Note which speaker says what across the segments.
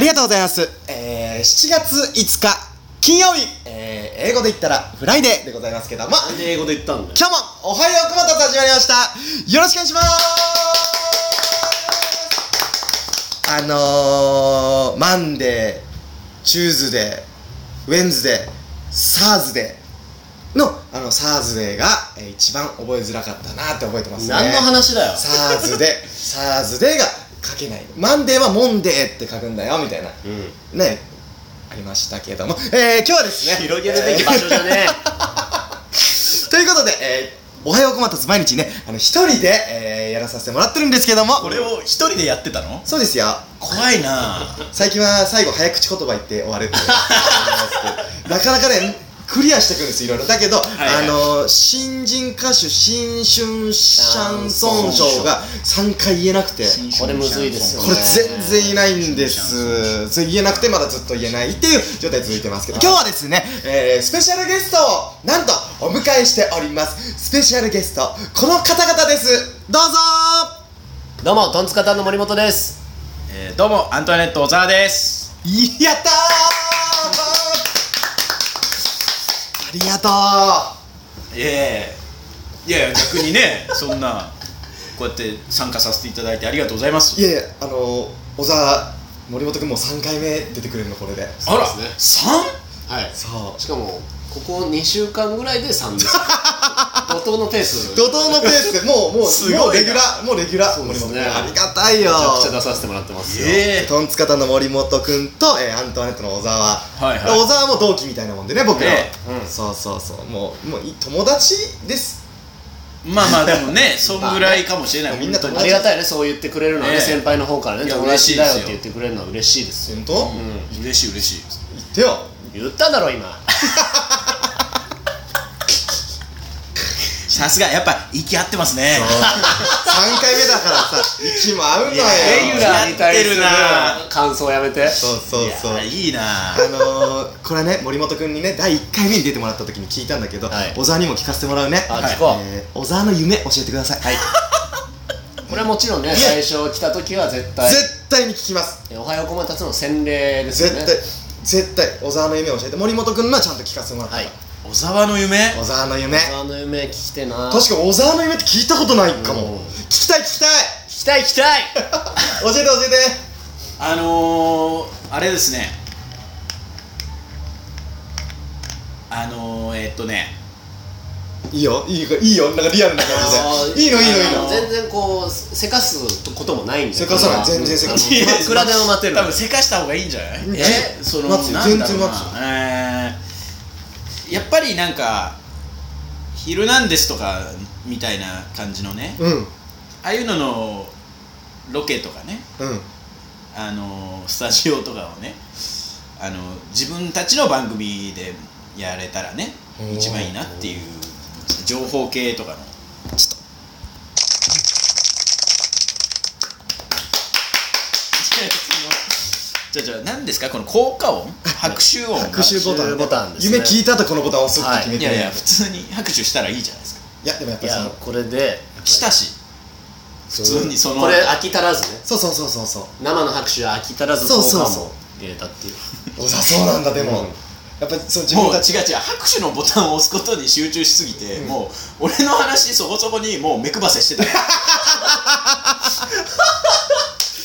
Speaker 1: りがとうございます。えー、7月5日、金曜日、えー、英語で言ったらフライデーでございますけども、
Speaker 2: なんで英語で言ったんだよ
Speaker 1: 今日もおはよう熊達始まりました。よろしくお願いします。あのー、マンデー、チューズデー、ウェンズデー、サーズデーの、あの、サーズデーが、えー一番覚えづらかったなって覚えてますね。
Speaker 2: 何の話だよ
Speaker 1: サーズデー、サーズデーが書けない。マンデーはモンデーって書くんだよ、みたいな。
Speaker 2: うん
Speaker 1: ね、ありましたけども、えー、今日はですね。
Speaker 2: 広げるべき場所じゃね
Speaker 1: えー ということで、えーおはようこまたつ毎日ね、あの、一人で、えーやらさせてもらってるんですけども。
Speaker 3: これを一人でやってたの
Speaker 1: そうですよ。
Speaker 3: 怖いなぁ
Speaker 1: 最近は最後早口言葉言って終わるって いうなかなかねクリアしていくんですいろいろだけど、
Speaker 3: いはい
Speaker 1: あのー新人歌手新春シャンソン賞が3回言えなくて
Speaker 2: これむずいですよ
Speaker 1: これ全然言えないんですそれ言えなくてまだずっと言えないっていう状態続いてますけど今日はですね、えースペシャルゲストをなんとお迎えしておりますスペシャルゲストこの方々ですどうぞ
Speaker 2: どうもトンツカタンの森本です
Speaker 3: えーどうもアントワネット小沢です
Speaker 1: やったーありがと
Speaker 3: いやいやいや逆にね そんなこうやって参加させていただいてありがとうございます
Speaker 1: ういやいやあの小沢森本君もう3回目出てくれるのこれで
Speaker 3: あら
Speaker 2: そうで
Speaker 3: 3?
Speaker 2: はい
Speaker 1: そう
Speaker 2: しかもここ2週間ぐらいで3です 怒涛のペース
Speaker 1: 怒涛のペースでもうもう
Speaker 3: すごいな
Speaker 1: もうレギュラーもうレギュラー
Speaker 2: そう
Speaker 1: 森
Speaker 2: です
Speaker 1: 本
Speaker 2: ね
Speaker 1: 君ありがたいよ
Speaker 2: めちゃくちゃ出させてもらってますよ
Speaker 3: え
Speaker 1: トンツカタンの森本君と、えーアントワネットの小沢、
Speaker 3: いはい
Speaker 1: 小沢も同期みたいなもんでね僕ら、
Speaker 3: ね
Speaker 2: うん
Speaker 1: そうそうそうもうもうい友達です
Speaker 3: えまあまあでもねそんぐらいかもしれない
Speaker 1: みんなと
Speaker 3: 本当
Speaker 2: ありがたいねそう言ってくれるのは
Speaker 3: え
Speaker 2: ね
Speaker 3: え
Speaker 2: 先輩の方から
Speaker 3: い
Speaker 2: ね
Speaker 3: や
Speaker 2: 友達だよって
Speaker 3: 嬉しいですよ
Speaker 2: 言ってくれるのは嬉しいですよ
Speaker 1: 本当、
Speaker 2: う
Speaker 1: 言
Speaker 2: ん
Speaker 3: に嬉しい嬉しい
Speaker 1: ってよ
Speaker 2: 言っただろ今
Speaker 3: さすがやっぱ息合ってますね
Speaker 1: 3回目だからさ息も合うのよ
Speaker 3: いやレギュラーに対する
Speaker 2: 感想やめて
Speaker 1: そうそうそう
Speaker 3: いやいいな
Speaker 1: あ
Speaker 3: ぁ
Speaker 1: のー、これはね森本君にね第1回目に出てもらった時に聞いたんだけど、
Speaker 2: はい
Speaker 1: 小沢にも聞かせてもらうね、
Speaker 2: あ聞こう
Speaker 1: えー小沢の夢教えてください、はい、
Speaker 2: これはもちろんね最初来た時は絶 対
Speaker 1: 絶対に聞きます
Speaker 2: えおはようこまたつの洗礼ですよ
Speaker 1: 絶
Speaker 2: ね
Speaker 1: 対絶対小沢の夢教えて森本君のはちゃんと聞かせてもらった、
Speaker 2: はい
Speaker 3: 小沢の夢
Speaker 1: 小沢の夢
Speaker 2: あの夢聞きてえな
Speaker 1: 確か小沢の夢って聞いたことないかも、
Speaker 2: うん
Speaker 1: 聞きたい聞きたい
Speaker 2: 聞きたい聞きたい
Speaker 1: 教えて教えて
Speaker 3: あのー、あれですねあのー、えっとね
Speaker 1: いいよいいよいいよなんかリアルな感じでいいのいいのいい
Speaker 2: あ
Speaker 1: の
Speaker 2: 全然こうせかすこともないんで
Speaker 1: せかさない全然せかさない
Speaker 2: いくらでも待てる
Speaker 3: 多分せかした方がいいんじゃない
Speaker 1: うん
Speaker 3: えその
Speaker 1: 待つよ
Speaker 3: なんだろう
Speaker 1: 全然待
Speaker 3: なえーやっぱりなんか「ヒルナンデス」とかみたいな感じのね
Speaker 1: うんうん
Speaker 3: ああいうののロケとかねあのスタジオとかをねあの自分たちの番組でやれたらね
Speaker 1: おー
Speaker 3: 一番いいなっていう情報系とかのちょっと じゃあじゃあ何ですかこの効果音拍手音が
Speaker 1: 拍手ボタンね
Speaker 2: 拍手ボタンですね
Speaker 1: 夢聞いたとこのボタンを押すって決め
Speaker 3: い
Speaker 1: て
Speaker 3: や
Speaker 1: る
Speaker 3: いや普通に拍手したらいいじゃないですか
Speaker 1: いやでもやっぱ
Speaker 2: い
Speaker 1: りそ
Speaker 2: や
Speaker 1: の
Speaker 2: これで
Speaker 3: したし普通にその
Speaker 2: これ飽き足らずね
Speaker 1: そうそうそうそうそう
Speaker 2: 生の拍手は飽き足らず
Speaker 1: そう
Speaker 2: 効
Speaker 1: そう
Speaker 2: 果
Speaker 1: そう
Speaker 2: も入れたっていう
Speaker 1: 小沢そうなんだでも、
Speaker 2: うん
Speaker 1: やっぱりそう自
Speaker 3: も
Speaker 1: 分
Speaker 3: う
Speaker 1: たち
Speaker 3: 違う違う拍手のボタンを押すことに集中しすぎて、もう俺の話そこそこにもう目くばせしてた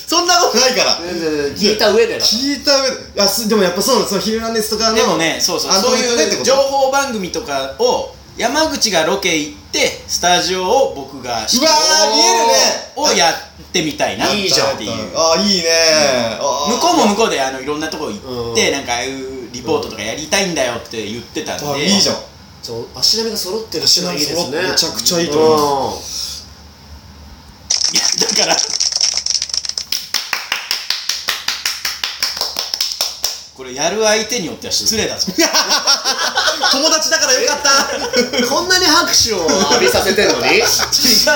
Speaker 1: そんなことないから
Speaker 2: 全然聞いた上でな
Speaker 1: 聞いた上でいやすでもやっぱそうなんですその「ヒルナンデス」とかの
Speaker 3: でもねそうそう
Speaker 1: アンド
Speaker 3: そう
Speaker 1: ロイドでって
Speaker 3: い
Speaker 1: こ
Speaker 3: う
Speaker 1: と
Speaker 3: 情報番組とかを山口がロケ行ってスタジオを僕が仕切
Speaker 1: うわー見えるね
Speaker 3: ををやってみたいなって
Speaker 2: い
Speaker 3: いう
Speaker 2: いじゃ
Speaker 3: 向
Speaker 2: ん
Speaker 1: あいいね、あー
Speaker 3: こうも向こうであのいろんなとこ行って、
Speaker 2: うん
Speaker 3: なんかああいうリポートとかやりたいんだよって言ってたんで、
Speaker 1: あいいじゃん
Speaker 2: そう足並みが揃ってる
Speaker 1: 足並み揃ってめちゃくちゃいいと思います
Speaker 3: い
Speaker 2: 思
Speaker 3: やだからこれやる相手によっては失礼だぞ
Speaker 1: 友達だからよかった
Speaker 2: うんこんなに拍手を浴びさせてんのに
Speaker 3: 違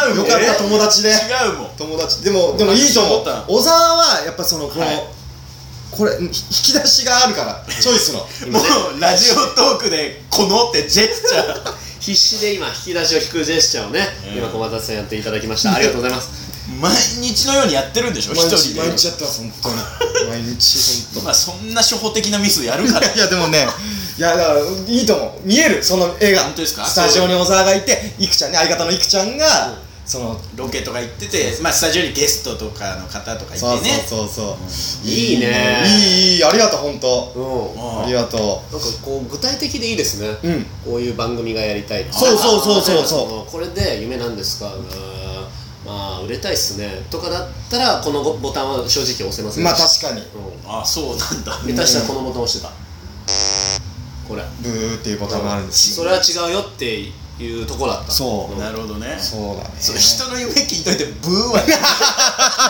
Speaker 3: う
Speaker 1: よ
Speaker 3: もん
Speaker 1: かった友達で
Speaker 3: 違うもん
Speaker 1: 友達でもでもいいと思う
Speaker 3: 友達だ
Speaker 1: 小沢はやっぱそのこの、
Speaker 3: はい
Speaker 1: これひ引き出しがあるからチョイスの
Speaker 3: もうラジオトークで「この」ってジェスチャー
Speaker 2: 必死で今引き出しを引くジェスチャーをね、
Speaker 3: うん
Speaker 2: 今小松さんやっていただきましたありがとうございます
Speaker 3: 毎日のようにやってるんでしょ一
Speaker 1: 毎
Speaker 3: 人
Speaker 1: 日
Speaker 3: で
Speaker 1: 毎日やってます本当 に毎日本当
Speaker 3: まあそんな初歩的なミスや るから
Speaker 1: いやでもねいやだからいいと思う見えるその絵が
Speaker 3: 本当ですか
Speaker 1: スタジオに小沢がいていくちゃんね相方のいくちゃんが
Speaker 2: うん
Speaker 1: その
Speaker 3: ロケとか行ってて、まあ、スタジオにゲストとかの方とかいて
Speaker 1: そう
Speaker 3: ね
Speaker 1: そうそうそう
Speaker 2: いいね
Speaker 1: いいいいありがとう本当
Speaker 2: うんなんか
Speaker 3: も
Speaker 1: あ
Speaker 3: う
Speaker 1: りがと
Speaker 2: こう具体的でいいですね
Speaker 1: ううん
Speaker 2: こういう番組がやりたいとか
Speaker 1: そうそうそうそうそう
Speaker 2: あのこれで夢なんですかうーんまあ売れたいっすねとかだったらこのボタンは正直押せません
Speaker 1: まあ
Speaker 2: でし
Speaker 1: 確かに
Speaker 2: たうん
Speaker 3: あそうなんだ
Speaker 2: 下手したらこのボタン押してたこれ
Speaker 1: ブーっていうボタンがあるんです
Speaker 2: そ
Speaker 1: よ
Speaker 2: れは違うよっていうとこだった
Speaker 1: そ
Speaker 2: うん
Speaker 3: なるほどねそ
Speaker 1: そうだね
Speaker 3: う人の夢聞いといてブーは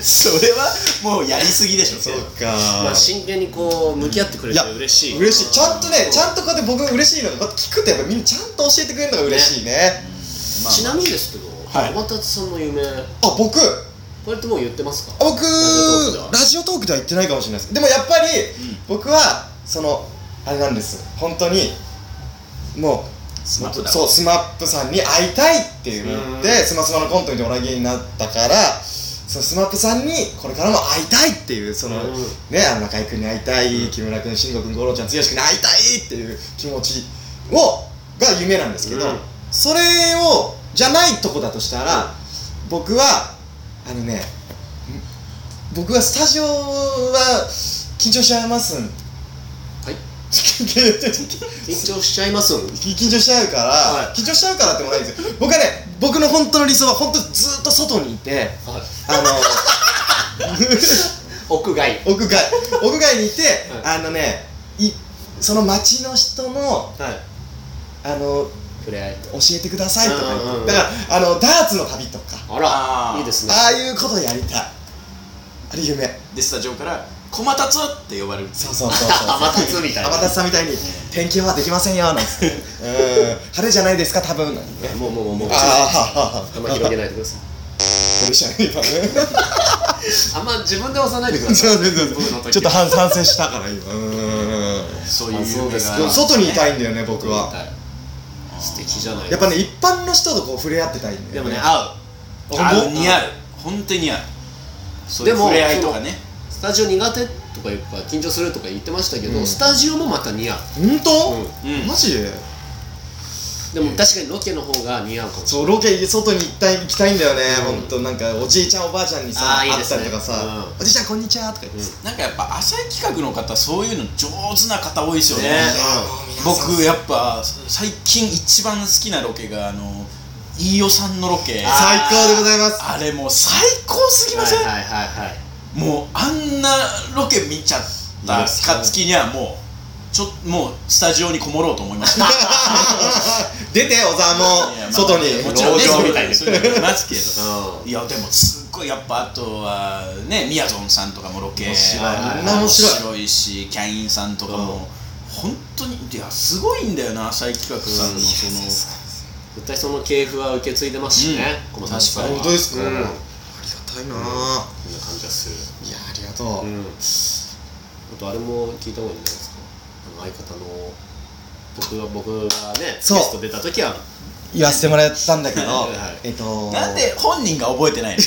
Speaker 3: それはもうやりすぎでしょ
Speaker 1: そう
Speaker 2: ま
Speaker 1: か
Speaker 2: あ、真剣にこう向き合ってくれて
Speaker 1: いや
Speaker 2: 嬉しい
Speaker 1: 嬉しいちゃんとねちゃん
Speaker 2: と、
Speaker 1: とこうやって僕が嬉しいのが聞くとやっぱみんなちゃんと教えてくれるのが嬉しいね
Speaker 3: うんまあ
Speaker 2: ちなみにですけど
Speaker 3: はい
Speaker 2: 天達さんの夢
Speaker 1: あ僕
Speaker 2: これってもう言ってますか
Speaker 1: 僕ラジオトークでは言ってないかもしれないですでもやっぱり僕はそのあれなんです本当にもう
Speaker 3: スマップだ
Speaker 1: そうスマップさんに会いたいっていうので
Speaker 2: うん
Speaker 1: スマスマのコントにておら芸になったからそのスマップさんにこれからも会いたいっていうその、
Speaker 2: うん
Speaker 1: ねあの中居君に会いたい、木村君慎吾君五郎ちゃん剛君に会いたいっていう気持ちをが夢なんですけど、
Speaker 2: うん
Speaker 1: それをじゃないとこだとしたら、僕はあのねん僕はスタジオは緊張しちゃいますん
Speaker 2: はい
Speaker 1: 緊
Speaker 2: 緊張しちゃいますん
Speaker 1: 張しちゃうから、
Speaker 2: は
Speaker 1: 緊張しちゃうからってもないんですよ僕はね僕の本当の理想は本当ずっと外にいてあの
Speaker 2: 屋外はい
Speaker 1: 屋外屋外にいて、
Speaker 2: は
Speaker 1: あのねいその街の人のあの
Speaker 2: 触れ合い
Speaker 1: 教えてくださいとか言って、
Speaker 2: うんうんうん
Speaker 1: だからあのダーツの旅とか
Speaker 2: あ
Speaker 3: あ
Speaker 2: ら
Speaker 3: ー
Speaker 2: いいですね
Speaker 1: ああいうことやりたいあれ夢
Speaker 3: でスタジオから「駒達」って呼ばれる
Speaker 1: そうそうそうそう
Speaker 2: 天達みたいな
Speaker 1: 天達さんみたいに「天気予報はできませんよ」なんつっ て「うーん晴れじゃないですか多分」なんてね
Speaker 2: もうもうもうもう
Speaker 1: あ
Speaker 2: あんま 広げないでください
Speaker 1: これじゃね今ね
Speaker 2: あんま自分で押さないでくだ
Speaker 1: ち
Speaker 2: さ
Speaker 1: ょ
Speaker 2: い
Speaker 1: っとちょっと反反省したから今うーん
Speaker 3: そういう
Speaker 2: あそう
Speaker 3: 夢
Speaker 2: です
Speaker 3: が
Speaker 2: か
Speaker 1: 外にいたいんだよね僕は
Speaker 2: はい素敵じゃない
Speaker 1: やっぱね一般の人とこう触れ合ってたいんだ
Speaker 2: で
Speaker 1: よ
Speaker 2: も
Speaker 1: ね
Speaker 2: ね合う
Speaker 3: あ
Speaker 2: 合う
Speaker 3: 似合う本当に似合うそういう
Speaker 2: でも
Speaker 3: 触れ合いとかね
Speaker 2: スタジオ苦手とか言うか緊張するとか言ってましたけど、
Speaker 1: うん
Speaker 2: スタジオもまた似合う、
Speaker 1: 本
Speaker 2: うん
Speaker 1: 当
Speaker 3: うん
Speaker 1: マジ
Speaker 2: でも確かにロケの方が似合うかもし
Speaker 1: そうロケ外に行きたい行きたいんだよね
Speaker 2: うん
Speaker 1: 本当なんかおじいちゃんおばあちゃんにさ
Speaker 2: あーいい
Speaker 1: 会
Speaker 2: で
Speaker 1: っ
Speaker 2: す
Speaker 1: た
Speaker 2: ね
Speaker 1: りとかさ「
Speaker 2: う
Speaker 1: おじいちゃんこんにちは」とか言ってさ
Speaker 3: なんかやっぱ浅い企画の方そういうの上手な方多いですよね
Speaker 2: ね
Speaker 3: 僕やっぱ最近一番好きなロケがあの飯尾さんのロケ
Speaker 2: あ
Speaker 1: 最高でござい ます
Speaker 3: あれもう最高すぎ
Speaker 2: れ
Speaker 3: ま
Speaker 2: な
Speaker 3: せん、
Speaker 2: はいはいはいはい
Speaker 3: もうあんなロケ見ちゃった暁にはもうちょもうスタジオにこもろうと思いま した
Speaker 1: 出て小沢
Speaker 3: いやま
Speaker 1: も
Speaker 3: あ
Speaker 1: 外に
Speaker 3: もちろんね
Speaker 2: 路上
Speaker 3: そう
Speaker 2: みたいに
Speaker 3: そういうのもいますけど
Speaker 2: う
Speaker 3: いやでもすっごいやっぱあとはねみやぞんさんとかもロケ
Speaker 1: 面白
Speaker 2: い
Speaker 3: あ
Speaker 2: みん
Speaker 1: な
Speaker 3: の
Speaker 1: 面白い
Speaker 3: 面白いしキャインさんとか
Speaker 2: うん
Speaker 3: も本当にいやすごいんだよな浅井企画さんの
Speaker 2: うん
Speaker 3: その
Speaker 2: 絶対その系譜は受け継いでますしね、
Speaker 3: うん
Speaker 2: この確かに
Speaker 1: 本当ですか、
Speaker 2: うん、こん
Speaker 1: あり
Speaker 2: な
Speaker 1: がたいなあ
Speaker 2: 感じがす
Speaker 1: いやありがと
Speaker 2: る、
Speaker 1: う、
Speaker 2: うん、あとあれも聞いた方がいいんじゃないですかあの相方の僕が僕がねゲ
Speaker 1: そう
Speaker 2: スト出た時は
Speaker 1: 言わせてもらったんだけど
Speaker 2: はいはい
Speaker 1: えっと
Speaker 3: なんで本人が覚えてないの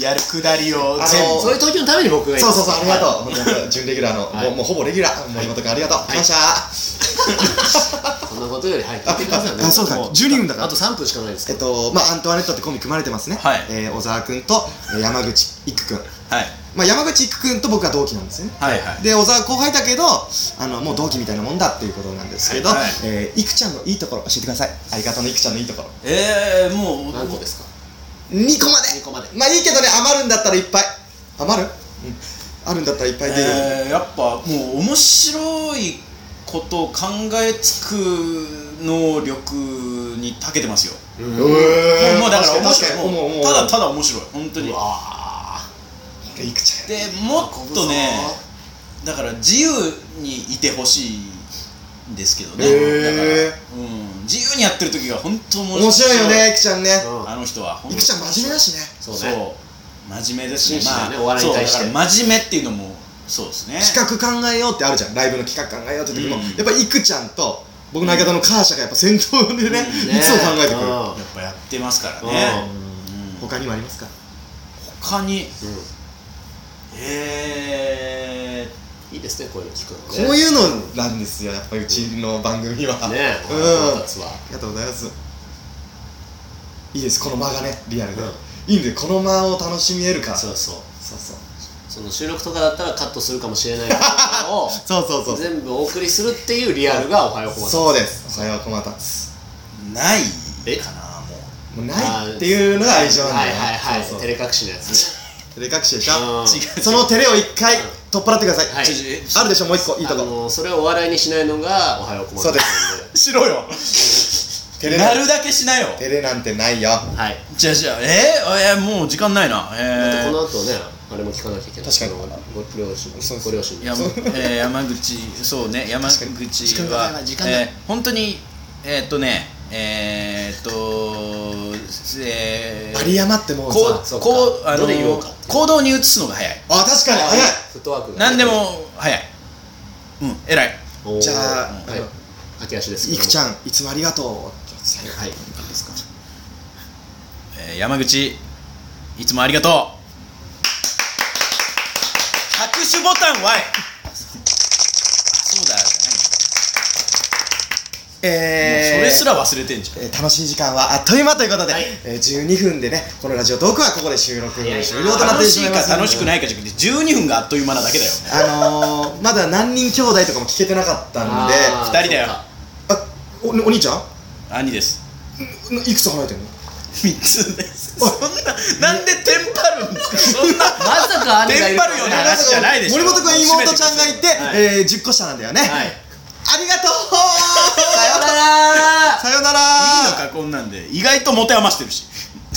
Speaker 3: やるくだりを
Speaker 1: あの
Speaker 3: 全部
Speaker 2: そういう時のために僕がい
Speaker 1: そうそうそうありがとう
Speaker 2: う、
Speaker 1: 本当に準レギュラーの、
Speaker 2: はい
Speaker 1: もうもうほぼレギュラー森本君ありがとう、来ました
Speaker 2: そんなことよりはい聞いてくださいね
Speaker 1: あそうか
Speaker 2: も
Speaker 1: 12分だから
Speaker 2: あと3分しかないですけ
Speaker 1: えっ
Speaker 2: ど、
Speaker 1: とまあアントワネットってコンビ組まれてますね、
Speaker 3: はい
Speaker 1: えー小沢君とえー山口育君
Speaker 3: はい
Speaker 1: まあ山口育君と僕は同期なんですよね
Speaker 3: はいはい
Speaker 1: で小沢後輩だけどあのもう同期みたいなもんだっていうことなんですけど、
Speaker 3: はいはい
Speaker 1: えーいくちゃんのいいところ教えてください相方のいくちゃんのいいところ
Speaker 3: えー、もう
Speaker 2: 何個ですか
Speaker 1: 2個まで
Speaker 2: 2個まで
Speaker 1: まあいいけどね余るんだったらいっぱい余る、うん、あるんだったらいっぱい出る、
Speaker 3: えーやっぱもう面白いことを考えつく能力に長けてますよ、
Speaker 2: うん
Speaker 1: うーん
Speaker 3: もうだ
Speaker 1: 確
Speaker 3: から面
Speaker 1: に確
Speaker 3: 白
Speaker 1: に
Speaker 3: いもう
Speaker 1: もう
Speaker 3: ただ
Speaker 1: だ
Speaker 3: ただ面白い本当に
Speaker 2: うわ
Speaker 1: 俺いくちゃん
Speaker 3: でもっとねだから自由にいてほしいんですけどね、
Speaker 1: へー
Speaker 3: だから、うん、自由にやってる時が本当面白い
Speaker 1: 面白いよねいくちゃんね
Speaker 2: うん
Speaker 3: あの人は本
Speaker 1: い
Speaker 3: 当
Speaker 1: くちゃん真面目だしね
Speaker 2: そう
Speaker 3: そう
Speaker 2: ね
Speaker 3: 真面目ですね
Speaker 2: 真摯だねお笑いに対して
Speaker 3: そうだから真面目っていうのもそうですね
Speaker 1: 企画考えようってあるじゃんライブの企画考えようって時も、
Speaker 3: うん
Speaker 1: やっぱいくちゃんと僕の相方のカーシャがやっぱ先頭でね、い
Speaker 2: ね
Speaker 1: つも考えてくる
Speaker 2: うん
Speaker 3: やっぱやってますからね、うん
Speaker 1: 他にもありますか
Speaker 3: 他に
Speaker 2: う
Speaker 3: え
Speaker 2: んいいですねこういうの聞くの
Speaker 1: こう
Speaker 2: ね
Speaker 1: いうのなんですよやっぱりうちの番組は
Speaker 2: ね
Speaker 1: うん
Speaker 2: 腹立つわ
Speaker 1: ありがとうございますいいですこの間がねリアルで、
Speaker 2: うん
Speaker 1: いいんでこの間を楽しめるから
Speaker 2: そうそう
Speaker 1: そうそう
Speaker 2: その収録とかだったらカットするかもしれないこと を
Speaker 1: そうそうそう
Speaker 2: 全部お送りするっていうリアルがおはようこま
Speaker 1: そうですおはようこまたつ
Speaker 3: ー、ない
Speaker 2: え
Speaker 3: かな
Speaker 1: も
Speaker 3: も
Speaker 1: うないっていうのが愛情なんだ
Speaker 2: はい
Speaker 1: よね
Speaker 2: はいはい
Speaker 1: そう
Speaker 2: 照
Speaker 1: そう
Speaker 2: れ隠しのやつ
Speaker 1: 照れ隠しでし
Speaker 2: ね
Speaker 1: ょ
Speaker 2: うん
Speaker 3: 違う
Speaker 1: その照れを一回取っ払ってください、
Speaker 2: はい
Speaker 3: ちょちょ
Speaker 1: あるでしょもう一個いいと
Speaker 2: あ
Speaker 1: こ
Speaker 2: のそれをお笑いにしないのがおはようこま
Speaker 1: そうで
Speaker 3: しろよ
Speaker 1: 照れ
Speaker 3: な
Speaker 1: な
Speaker 3: るだけしなよ
Speaker 1: 照れなんてないよ
Speaker 2: はい
Speaker 3: じゃあじゃあえー、えーもう時間ないな
Speaker 2: だっ
Speaker 3: えー
Speaker 2: てこの後ねあれも聞かなきゃいけない
Speaker 1: 確かに
Speaker 2: あのご両親
Speaker 1: そうそう
Speaker 2: ご両親に
Speaker 3: や
Speaker 1: そう
Speaker 3: えー山口そうね山口
Speaker 1: 確かに時間がない
Speaker 3: は
Speaker 1: な時間ない
Speaker 3: えー本当にえー、っとねえー、っとえ
Speaker 1: 有り
Speaker 3: ー、
Speaker 1: 余ってもうさ
Speaker 3: こ
Speaker 2: そううか
Speaker 3: こうあの
Speaker 2: どれ言おうか
Speaker 3: 行動に移すのが早い
Speaker 1: あ確かに早い
Speaker 2: フットワークが
Speaker 3: 何でも早いうん偉い
Speaker 2: おー
Speaker 1: じゃあ
Speaker 2: はい駆け足です
Speaker 1: いくち
Speaker 2: ん
Speaker 1: ゃんいつもありがとうって最後
Speaker 2: はいいいですか
Speaker 3: えー山口いつもありがとう拍手ボタンはいそうだじゃないもうそ
Speaker 1: えー
Speaker 3: れすら忘れてんじゃん
Speaker 1: えー楽しい時間はあっという間ということで、
Speaker 2: はい
Speaker 1: えー12分でねこのラジオトークはここで収録終
Speaker 2: 早いな
Speaker 1: 了となっ
Speaker 3: 楽
Speaker 1: て
Speaker 3: し
Speaker 1: し
Speaker 3: い
Speaker 1: まいます
Speaker 3: か楽しく
Speaker 1: い
Speaker 3: ないかじゃなくて12分があっという間なだけだよ
Speaker 1: あのー、まだ何人兄弟とかも聞けてなかったんで
Speaker 2: あ
Speaker 1: あ
Speaker 2: ー
Speaker 3: 二人だよ
Speaker 2: そうか
Speaker 1: おお兄ちゃん
Speaker 3: 兄です
Speaker 1: んいくつ離れてるの
Speaker 3: 3つですそんななんでテンパるんですかそんな
Speaker 2: まさか兄がい
Speaker 3: テ
Speaker 2: る
Speaker 3: ンパるよね話じゃないでしょ
Speaker 1: 森本君妹ちゃんがいて、
Speaker 2: はい
Speaker 1: えー、10個下なんだよね、
Speaker 2: はい
Speaker 1: ありがとう
Speaker 2: さよなら
Speaker 1: さよなら
Speaker 3: いいのかこんなんで意外と持て余してるし